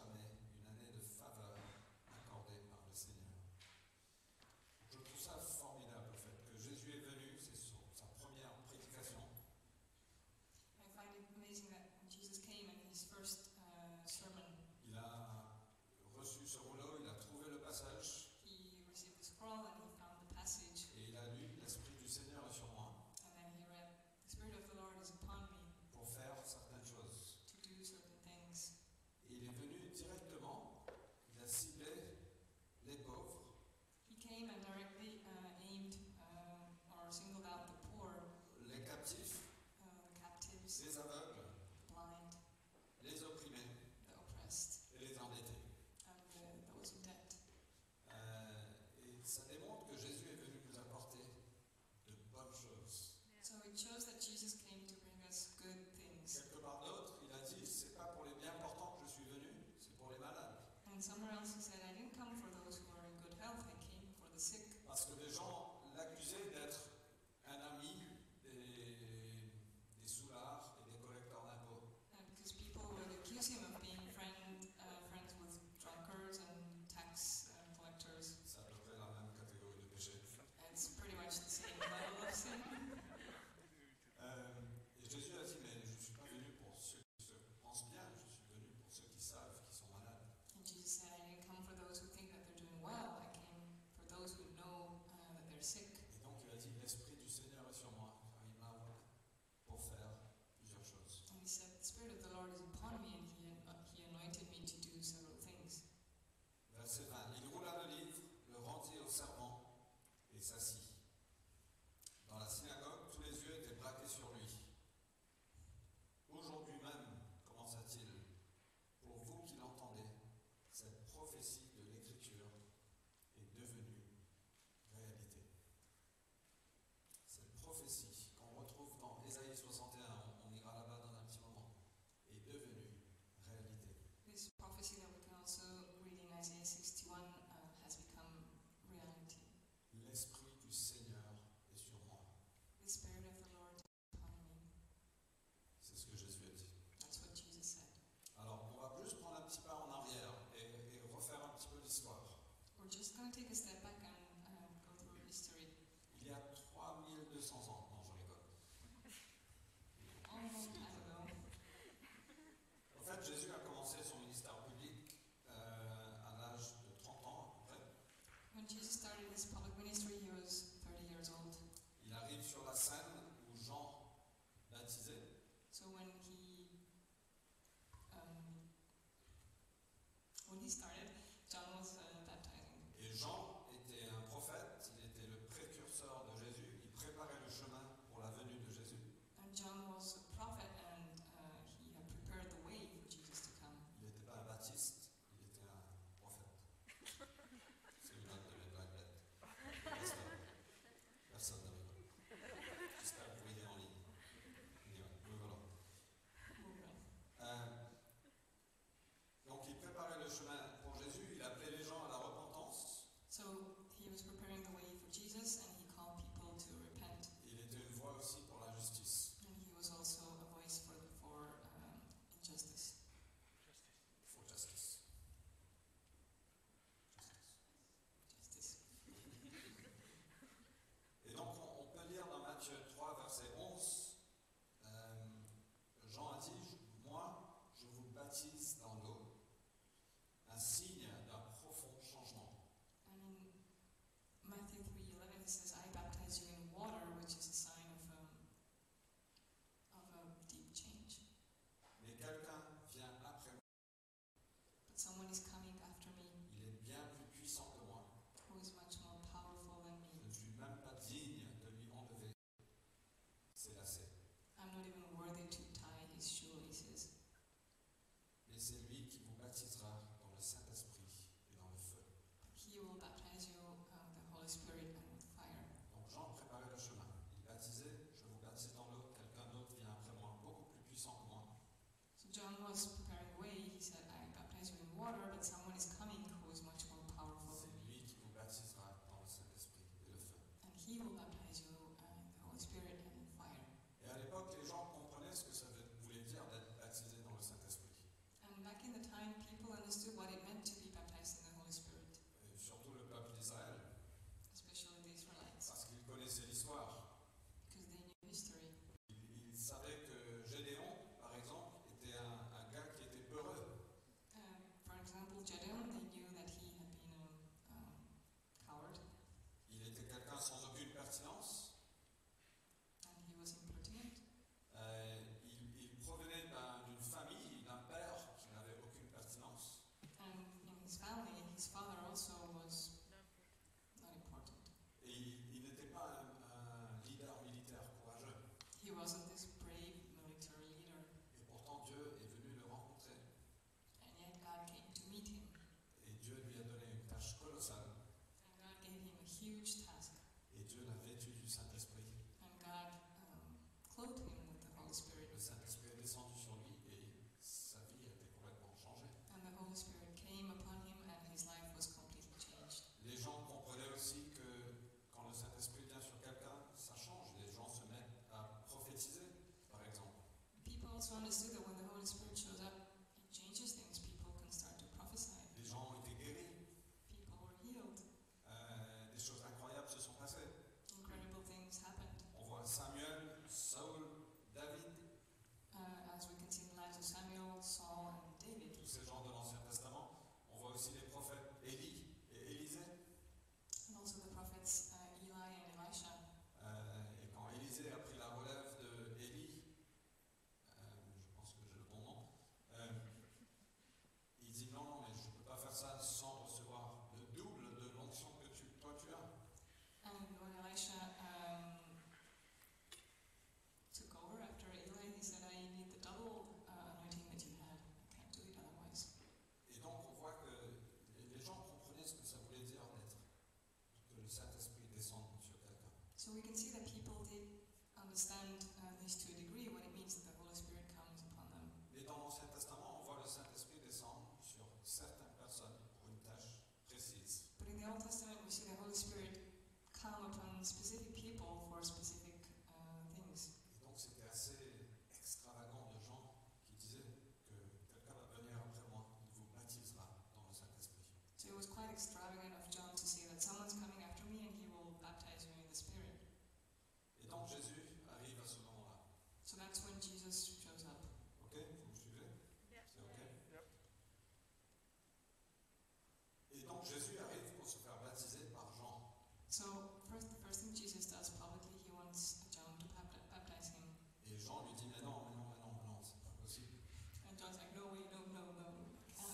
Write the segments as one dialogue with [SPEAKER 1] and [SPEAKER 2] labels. [SPEAKER 1] euh, Euh, euh, Euh, euh, Euh, Euh, Euh,
[SPEAKER 2] uh, uh, uh, uh,
[SPEAKER 1] Euh,
[SPEAKER 2] And someone else who said, I didn't come for those who are in good health, I came for the sick.
[SPEAKER 1] Parce que des gens l'accusaient d'être un ami des, des soulards et des collecteurs d'impôts.
[SPEAKER 2] Uh, because people would accuse him of being friend, uh, friends with drunkards and tax uh, collectors.
[SPEAKER 1] C'est à peu près la même catégorie de péché.
[SPEAKER 2] It's pretty much the same level of sin.
[SPEAKER 1] Euh, et Jésus a dit, mais je ne suis pas venu pour ceux qui se pensent bien, je suis venu pour ceux qui savent, qui sont malades.
[SPEAKER 2] And Jesus said, I didn't come uh, uh, uh,
[SPEAKER 1] euh,
[SPEAKER 2] um, uh, uh,
[SPEAKER 1] Euh,
[SPEAKER 2] um,
[SPEAKER 1] euh, Euh,
[SPEAKER 2] um, uh, uh, Um, um, um,
[SPEAKER 1] Euh,
[SPEAKER 2] uh,
[SPEAKER 1] ces gens de l'Ancien Testament. On voit aussi les prophètes Élie et Élisée.
[SPEAKER 2] and also the prophets uh, Eli and Elisha.
[SPEAKER 1] Euh, et quand Élisée a pris la relève de Élie, euh, je pense que j'ai le bon nom, euh, il dit non, non, mais je ne peux pas faire ça sans recevoir le double de l'onction que tu, toi tu as.
[SPEAKER 2] And when Elisha um, took over after Eli, he said, I need the double uh, anointing that you had. I can't do it otherwise. uh, uh, uh, um,
[SPEAKER 1] Euh, Euh,
[SPEAKER 2] um, um,
[SPEAKER 1] Euh,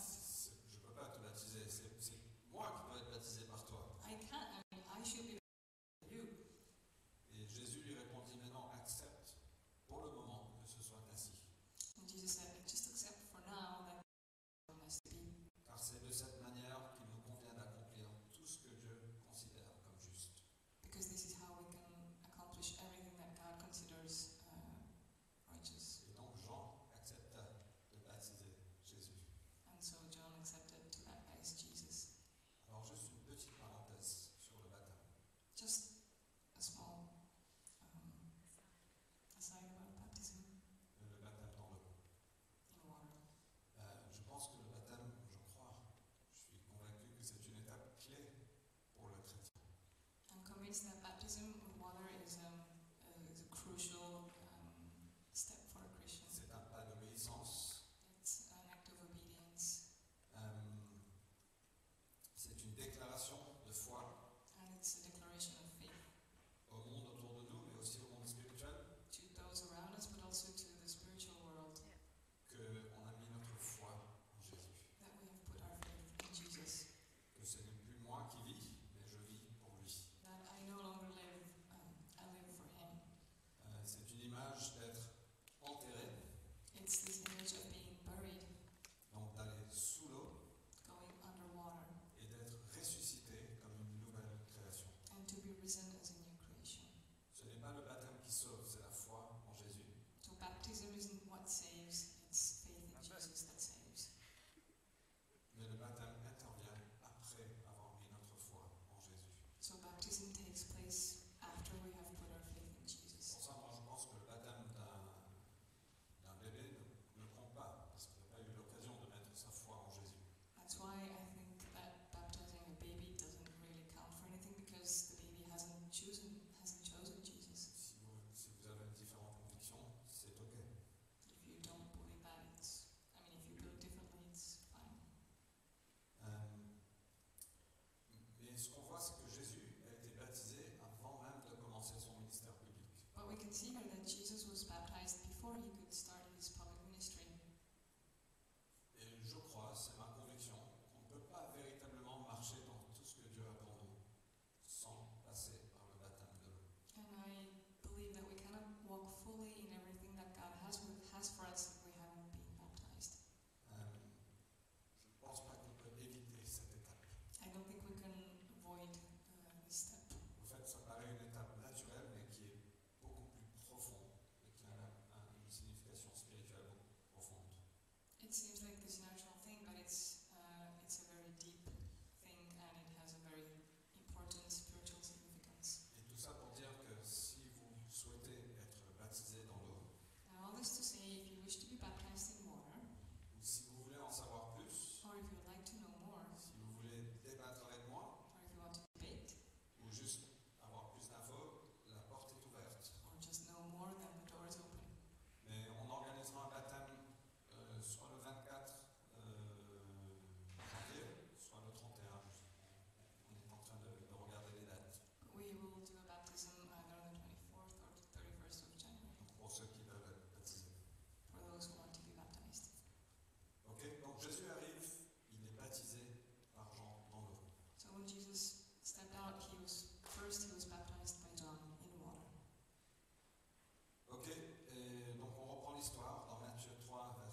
[SPEAKER 1] Euh, Euh,
[SPEAKER 2] uh, uh,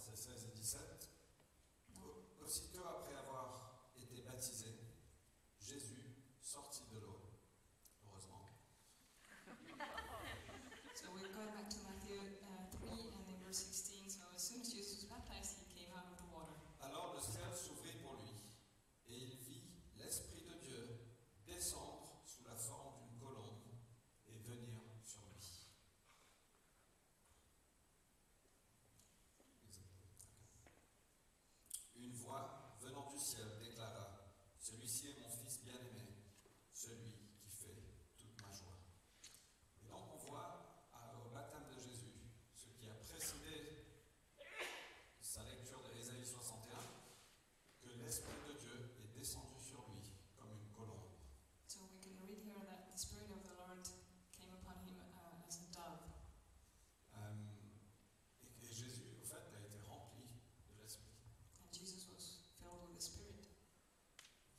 [SPEAKER 1] euh, 17, Au- aussitôt après avoir été baptisé, Jésus sortit de l'eau. Heureusement.
[SPEAKER 2] So we go back to Matthew uh, 3 and in verse 16. So as soon as Jesus was baptized, he came out of the water.
[SPEAKER 1] Alors le ciel s'ouvrit pour lui, et il vit l'Esprit de Dieu descendre sous la forme d'une colombe et venir sur lui. Une voix venant du ciel déclara, Celui-ci est mon fils bien-aimé, celui qui fait toute ma joie. Et donc on voit à- au baptême de Jésus ce qui a précédé sa lecture de Ésaïe 61, que l'Esprit de Dieu est descendu sur lui comme une colombe.
[SPEAKER 2] So we can read here that the Spirit of the Lord came upon him uh, as a dove.
[SPEAKER 1] Euh, et que Jésus, au fait, a été rempli de l'Esprit.
[SPEAKER 2] And Jesus was filled with the Spirit.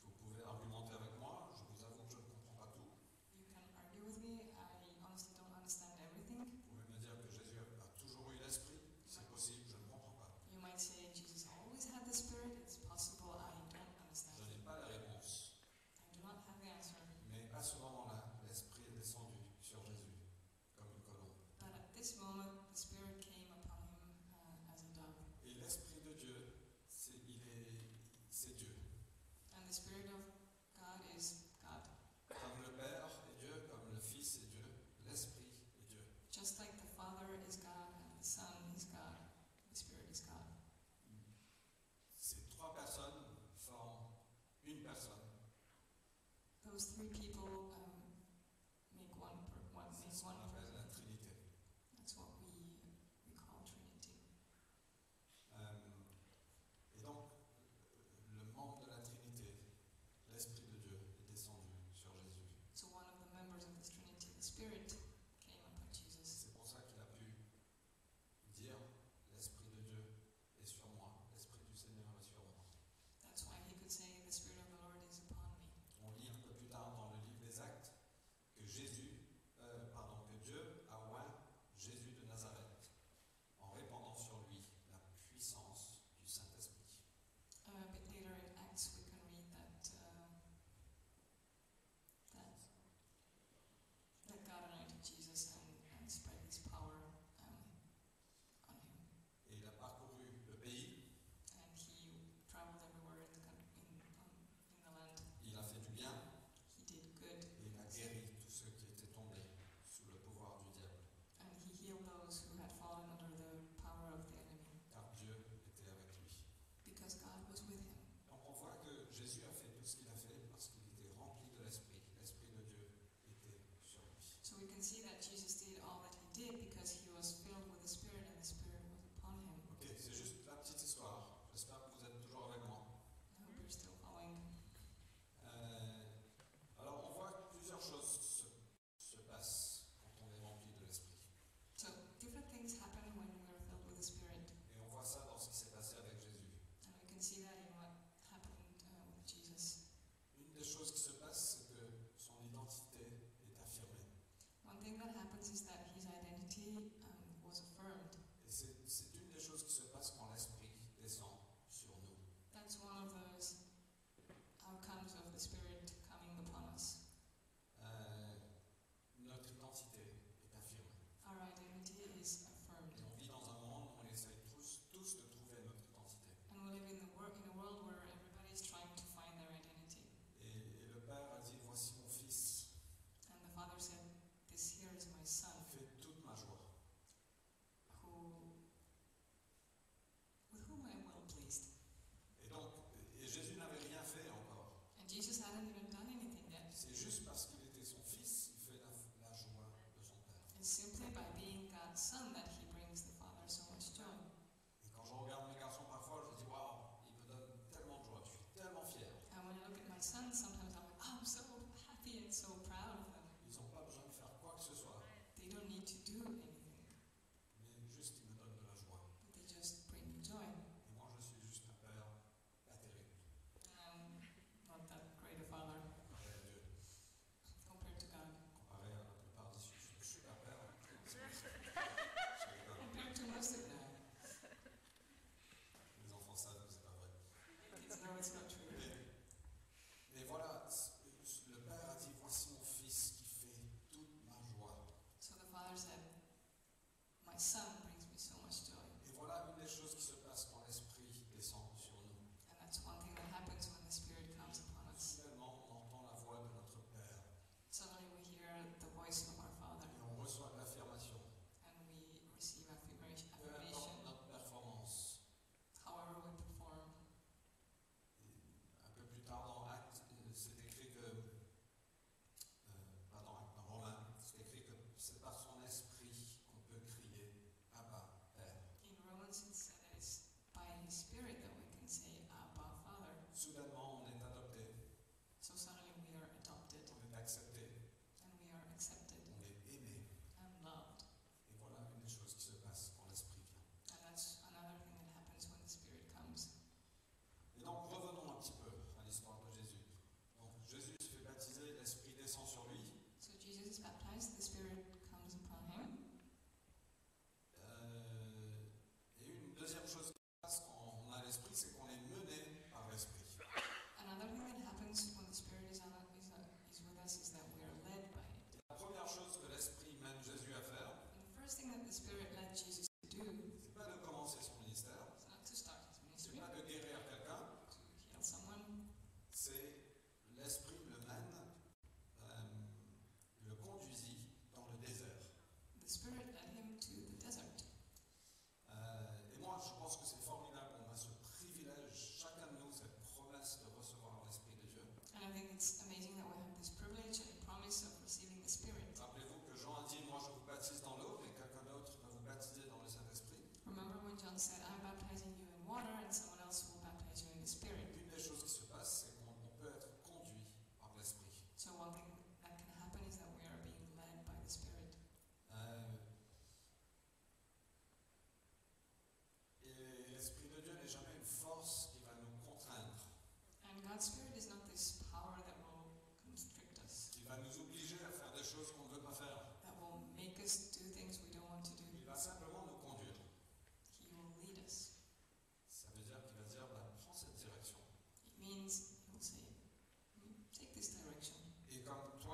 [SPEAKER 1] Vous pouvez argumenter avec moi, je vous avoue que je ne comprends pas tout.
[SPEAKER 2] You can argue with me. I honestly don't understand everything.
[SPEAKER 1] Vous pouvez me dire que Jésus a toujours eu l'Esprit, c'est possible, je ne comprends pas.
[SPEAKER 2] You might say Jesus always had the Spirit. It's possible I don't
[SPEAKER 1] Je
[SPEAKER 2] understand.
[SPEAKER 1] n'ai pas la réponse.
[SPEAKER 2] I do not have the answer.
[SPEAKER 1] Mais à ce moment-là, l'Esprit est descendu sur Jésus comme une colombe.
[SPEAKER 2] But at this moment, the Spirit came upon him uh, as a dove.
[SPEAKER 1] Et l'Esprit de Dieu, c'est, il est, c'est Dieu.
[SPEAKER 2] And the Spirit of God is God.
[SPEAKER 1] Comme le Père est Dieu, comme le Fils est Dieu, l'Esprit est Dieu.
[SPEAKER 2] Just like the Father is God and the Son is God, the Spirit is God.
[SPEAKER 1] Ces trois personnes forment une personne.
[SPEAKER 2] Those three people um, make one. Per- one
[SPEAKER 1] C'est
[SPEAKER 2] make
[SPEAKER 1] ce qu'on
[SPEAKER 2] one.
[SPEAKER 1] appelle la
[SPEAKER 2] person.
[SPEAKER 1] Trinité.
[SPEAKER 2] That's what we we call Trinity.
[SPEAKER 1] Euh, et donc, le membre de la Trinité, l'Esprit de Dieu, est descendu sur Jésus.
[SPEAKER 2] So one of the members of this Trinity, the Spirit, came upon Jesus.
[SPEAKER 1] C'est pour ça qu'il a pu dire l'Esprit de Dieu est sur moi, l'Esprit du Seigneur est sur moi.
[SPEAKER 2] That's why he could say, "The Spirit of the Lord is upon me."
[SPEAKER 1] On lit un peu plus tard dans le livre des euh,
[SPEAKER 2] Uh, um,
[SPEAKER 1] Euh,
[SPEAKER 2] uh, um,
[SPEAKER 1] Euh,
[SPEAKER 2] Um,
[SPEAKER 1] euh, Euh,
[SPEAKER 2] uh, that Jesus could do.
[SPEAKER 1] C'est pas de commencer son ministère,
[SPEAKER 2] It's not to start his
[SPEAKER 1] c'est
[SPEAKER 2] ministry,
[SPEAKER 1] pas de guérir quelqu'un,
[SPEAKER 2] to heal someone.
[SPEAKER 1] c'est l'esprit le mène, euh, le conduisit dans le désert.
[SPEAKER 2] The Spirit led him to the desert.
[SPEAKER 1] Euh, et moi, je pense que c'est formidable, on a ce privilège, chacun de nous, cette promesse de recevoir l'Esprit de Dieu.
[SPEAKER 2] And I think it's amazing that we have this privilege and promise of receiving the Spirit.
[SPEAKER 1] Rappelez-vous que Jean a dit, moi je vous baptise dans l'eau, mais quelqu'un d'autre va vous baptiser dans le Euh, bah, Euh,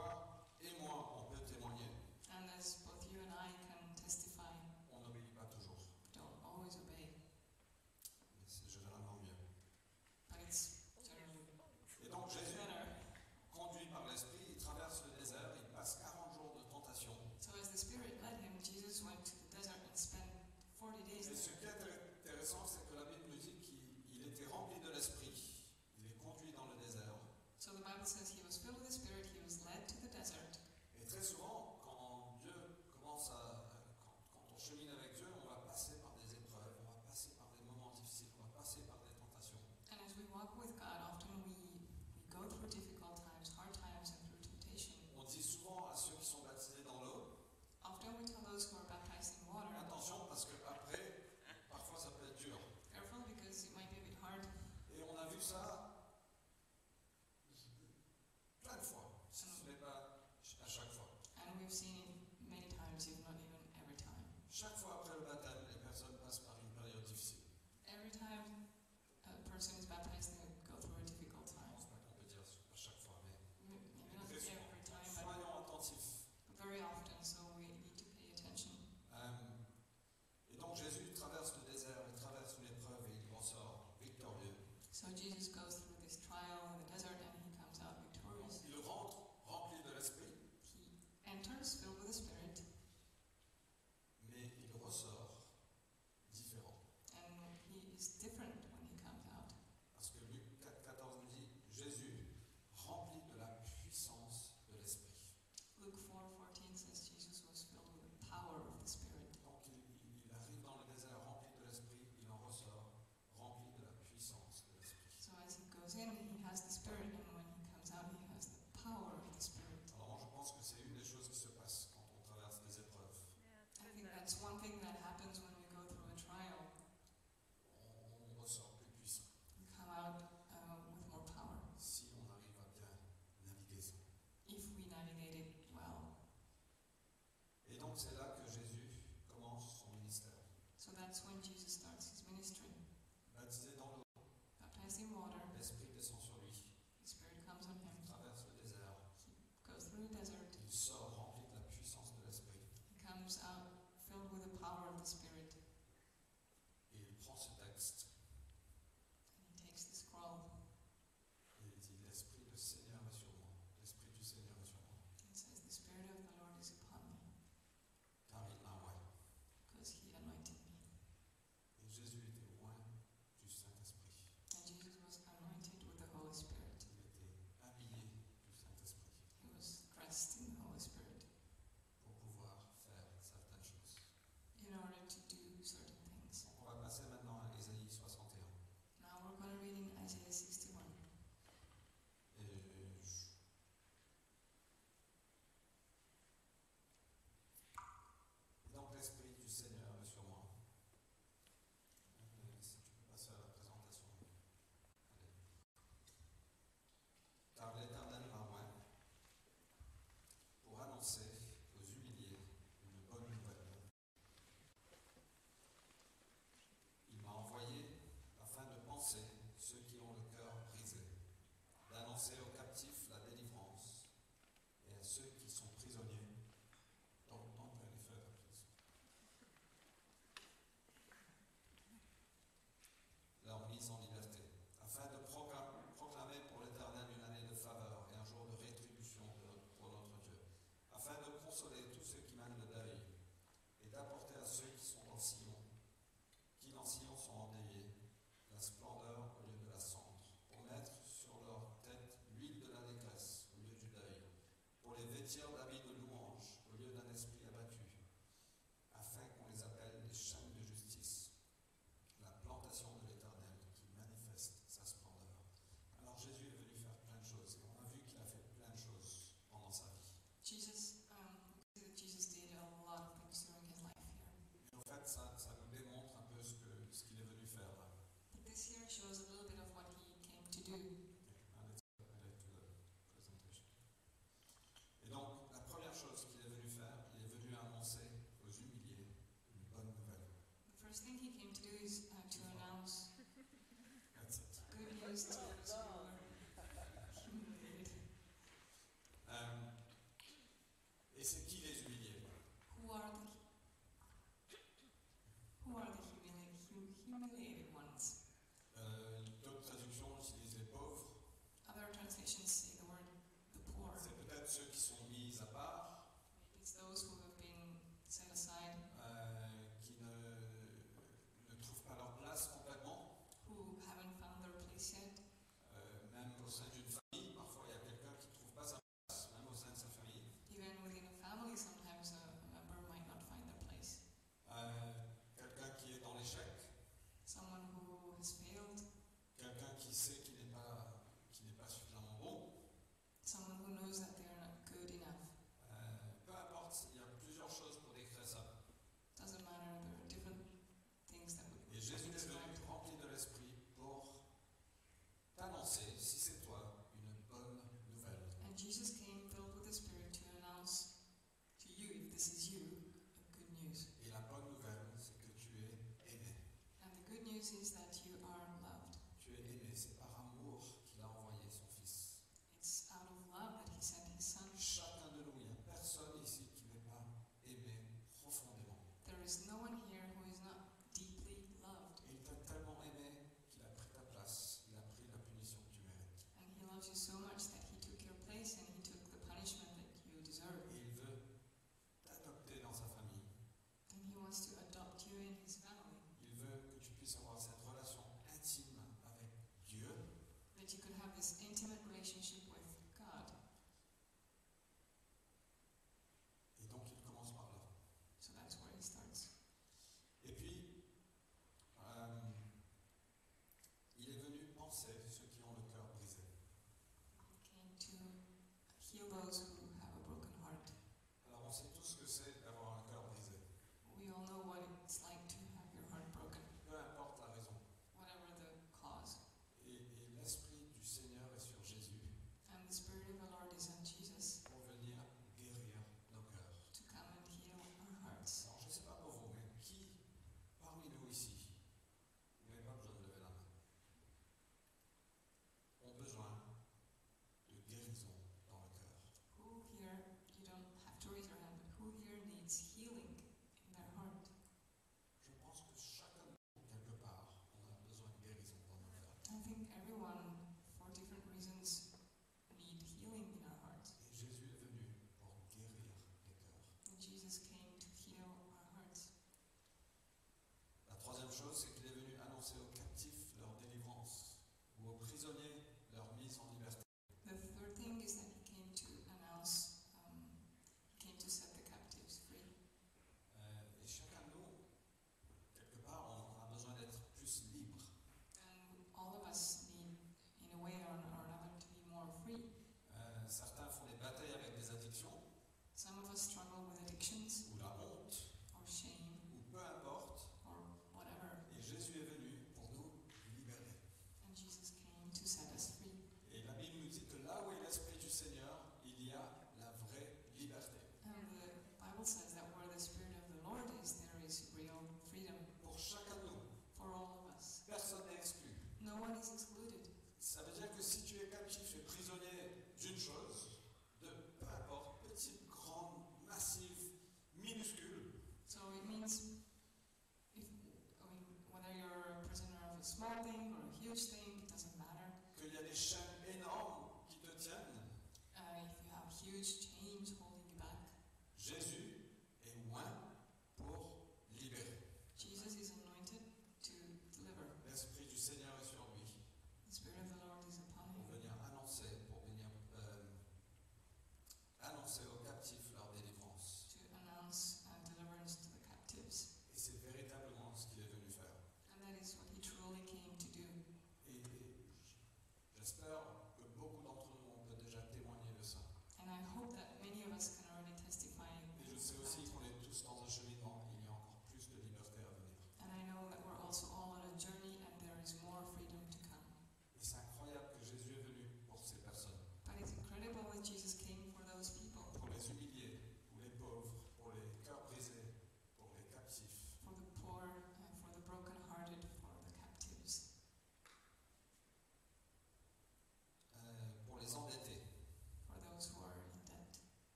[SPEAKER 2] uh,
[SPEAKER 1] ah Euh, Euh,
[SPEAKER 2] um, uh, used to. so, uh,
[SPEAKER 1] Euh, et c'est qui les humiliait
[SPEAKER 2] who are the who are the humili- hum- humiliated ones?
[SPEAKER 1] Euh, D'autres traductions utilisent les pauvres.
[SPEAKER 2] Other translations say the word the poor.
[SPEAKER 1] C'est peut-être ceux qui sont mis à part,
[SPEAKER 2] It's those who have been set aside,
[SPEAKER 1] euh, qui ne, ne trouvent pas leur place complètement. Euh,
[SPEAKER 2] who haven't found their place yet.
[SPEAKER 1] Euh, euh, euh,
[SPEAKER 2] um,
[SPEAKER 1] Euh, Euh,
[SPEAKER 2] Uh,
[SPEAKER 1] euh,
[SPEAKER 2] uh,
[SPEAKER 1] euh,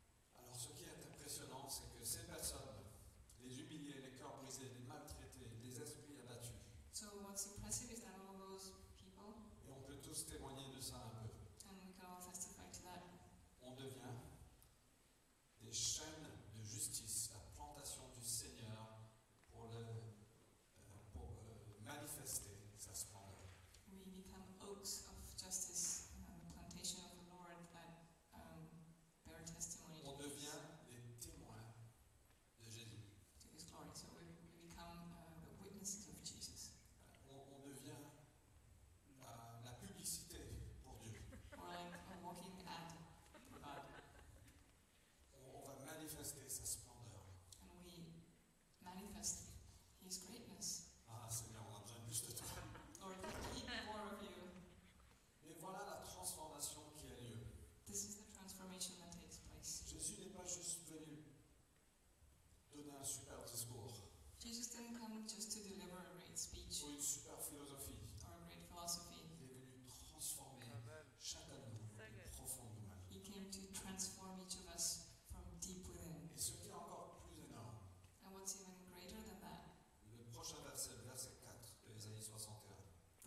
[SPEAKER 1] Euh, euh, euh, euh,
[SPEAKER 2] uh, uh, um, uh, um, um, uh,
[SPEAKER 1] Ah,
[SPEAKER 2] just to deliver a great speech
[SPEAKER 1] ou une super philosophie.
[SPEAKER 2] or a great philosophy.
[SPEAKER 1] Il est venu transformer chacun de nous de profond de mal.
[SPEAKER 2] He came to transform each of us from deep within.
[SPEAKER 1] Et ce qui est encore plus énorme,
[SPEAKER 2] And what's even greater than that,
[SPEAKER 1] le prochain verset, le verset 4 de Isaïe 61.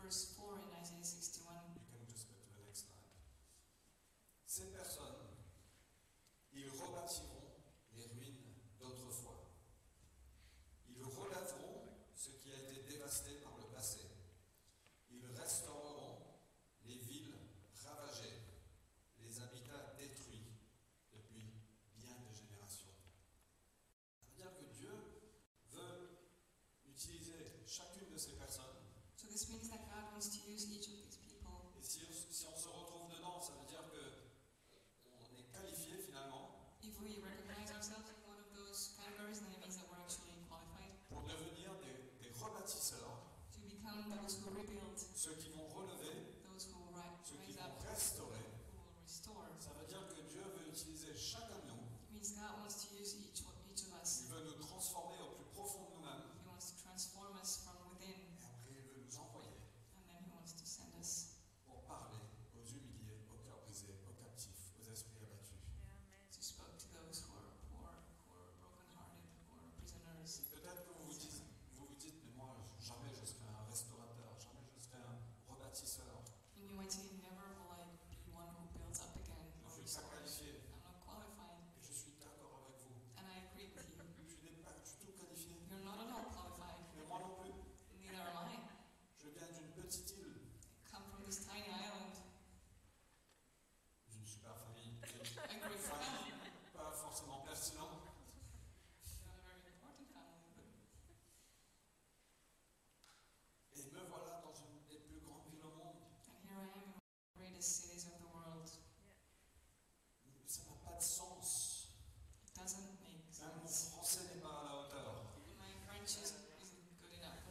[SPEAKER 2] verse 4 in Isaiah 61
[SPEAKER 1] You can just go to the next slide. Ces personnes, ils rebâtiront les ruines d'autrefois. Ils relaveront ce qui a été dévasté par le passé. Ils restaureront les villes ravagées, les habitats détruits depuis bien des générations. Ça veut dire que Dieu veut utiliser chacune de ces personnes
[SPEAKER 2] So this means that God wants to use each of these people.
[SPEAKER 1] et si, si on se retrouve dedans, ça veut dire que on est qualifié finalement
[SPEAKER 2] If we recognize ourselves in one of those categories, then it means that we're actually qualified
[SPEAKER 1] pour devenir des, des rebâtisseurs,
[SPEAKER 2] to become those who rebuild,
[SPEAKER 1] ceux qui vont relever,
[SPEAKER 2] those who ri-
[SPEAKER 1] ceux qui
[SPEAKER 2] rise
[SPEAKER 1] vont
[SPEAKER 2] up,
[SPEAKER 1] restaurer.
[SPEAKER 2] who will restore.
[SPEAKER 1] Ça veut dire que Dieu veut utiliser chacun de nous.
[SPEAKER 2] It means God wants to use each, one- each of us.
[SPEAKER 1] Il veut nous transformer au plus profond de nous-mêmes.
[SPEAKER 2] He wants to transform us from within,
[SPEAKER 1] Et après, il veut nous envoyer
[SPEAKER 2] and then He wants to send us
[SPEAKER 1] pour parler aux humiliés, aux cœurs brisés, aux captifs, aux esprits abattus.
[SPEAKER 2] to speak to those who are poor, who are brokenhearted, who are
[SPEAKER 1] Et
[SPEAKER 2] prisoners.
[SPEAKER 1] Peut-être que vous vous dites, vous vous dites, mais moi, jamais je serai un restaurateur, jamais je serai un rebâtisseur.
[SPEAKER 2] And you might say, never will I be one who builds up again
[SPEAKER 1] Je
[SPEAKER 2] or
[SPEAKER 1] ne suis pas
[SPEAKER 2] restores.
[SPEAKER 1] qualifié.
[SPEAKER 2] I'm not qualified,
[SPEAKER 1] Et je suis d'accord avec vous.
[SPEAKER 2] and I agree with you.
[SPEAKER 1] Je n'ai pas du tout qualifié.
[SPEAKER 2] You're not at all qualified,
[SPEAKER 1] Mais moi non plus.
[SPEAKER 2] neither am I.
[SPEAKER 1] Je viens d'une petite île,
[SPEAKER 2] come from this tiny island.
[SPEAKER 1] d'une super famille, qui est
[SPEAKER 2] A great family.
[SPEAKER 1] pas forcément pertinent.
[SPEAKER 2] Not a very important family, but
[SPEAKER 1] Et me voilà dans une des plus grandes villes au monde.
[SPEAKER 2] and here I am in one of the greatest cities of the world.
[SPEAKER 1] Ça n'a pas de sens.
[SPEAKER 2] It doesn't make
[SPEAKER 1] Même mon
[SPEAKER 2] sense.
[SPEAKER 1] français n'est pas à la hauteur.
[SPEAKER 2] My French is, isn't good enough.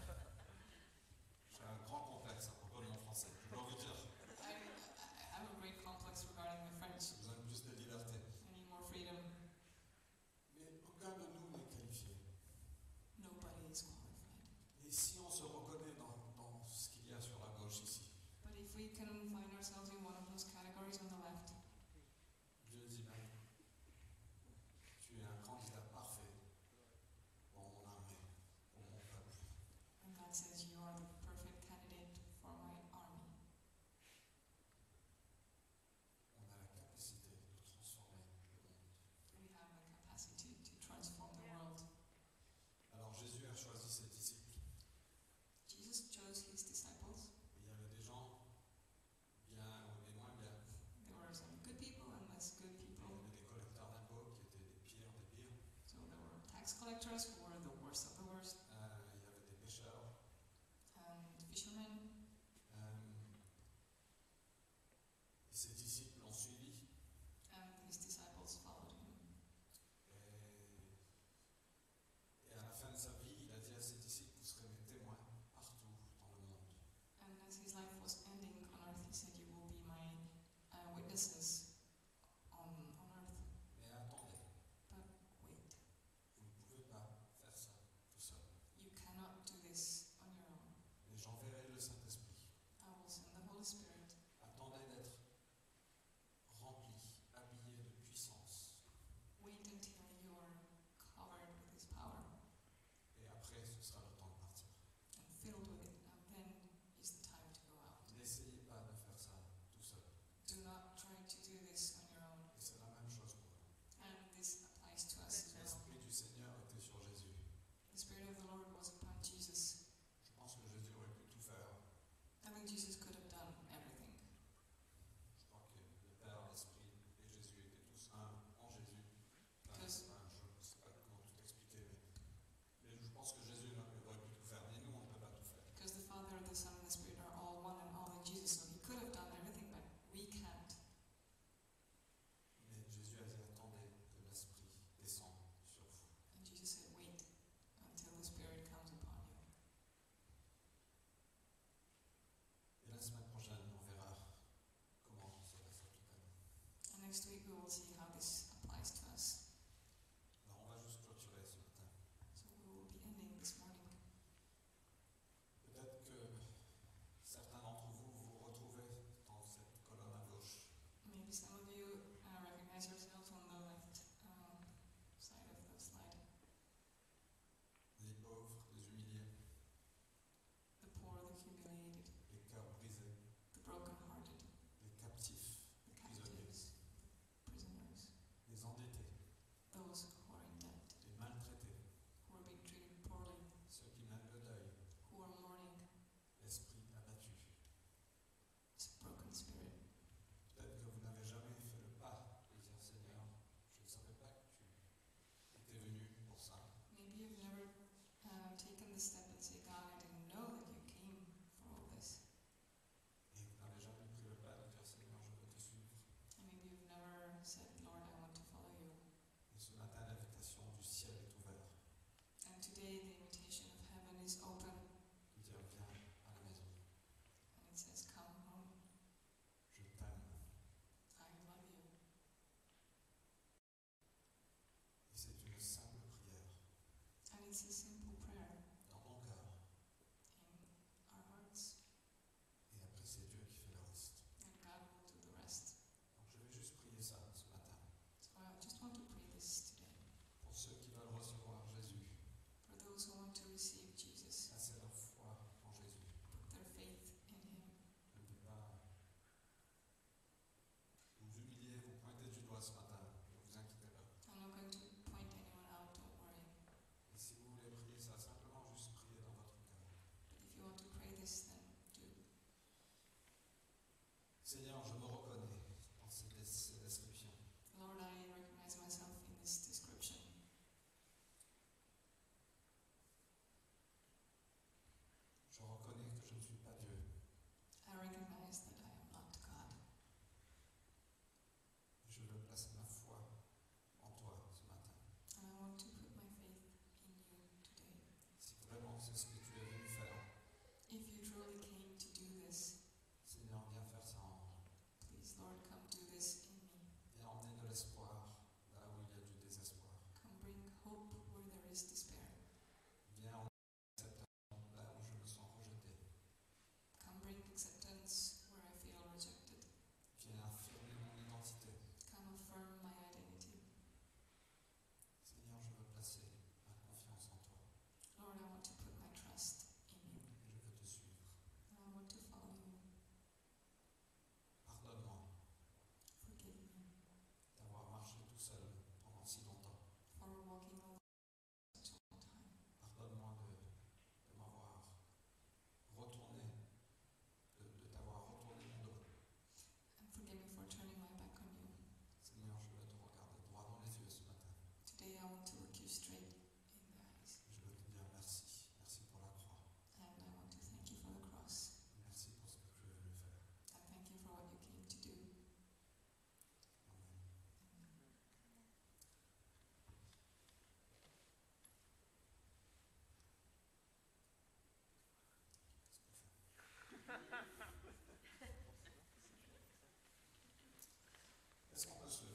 [SPEAKER 1] J'ai un grand complexe à propos de mon français. Je dois vous dire,
[SPEAKER 2] I, I, I have a great complex regarding my French.
[SPEAKER 1] j'ai besoin de plus de liberté.
[SPEAKER 2] I need more freedom.
[SPEAKER 1] Mais aucun de nous n'est qualifié.
[SPEAKER 2] Nobody is qualified.
[SPEAKER 1] Et si on se reconnaît dans, dans ce qu'il y a sur la gauche ici,
[SPEAKER 2] But if we can find ourselves in one of those categories on the left,
[SPEAKER 1] Dieu dit, Marie, tu es un candidat parfait pour mon armée, pour mon peuple.
[SPEAKER 2] and God says you are the perfect candidate for my army.
[SPEAKER 1] On a la capacité de transformer le monde.
[SPEAKER 2] We have the capacity to transform the world.
[SPEAKER 1] Alors Jésus a choisi ses disciples.
[SPEAKER 2] Jesus chose his disciples.
[SPEAKER 1] Il y avait des gens bien et moins bien.
[SPEAKER 2] There were
[SPEAKER 1] Euh, Euh,
[SPEAKER 2] uh, uh, um, uh,
[SPEAKER 1] Est-ce qu'on peut se Euh,
[SPEAKER 2] um, uh, uh,
[SPEAKER 1] euh,
[SPEAKER 2] uh, Uh, uh,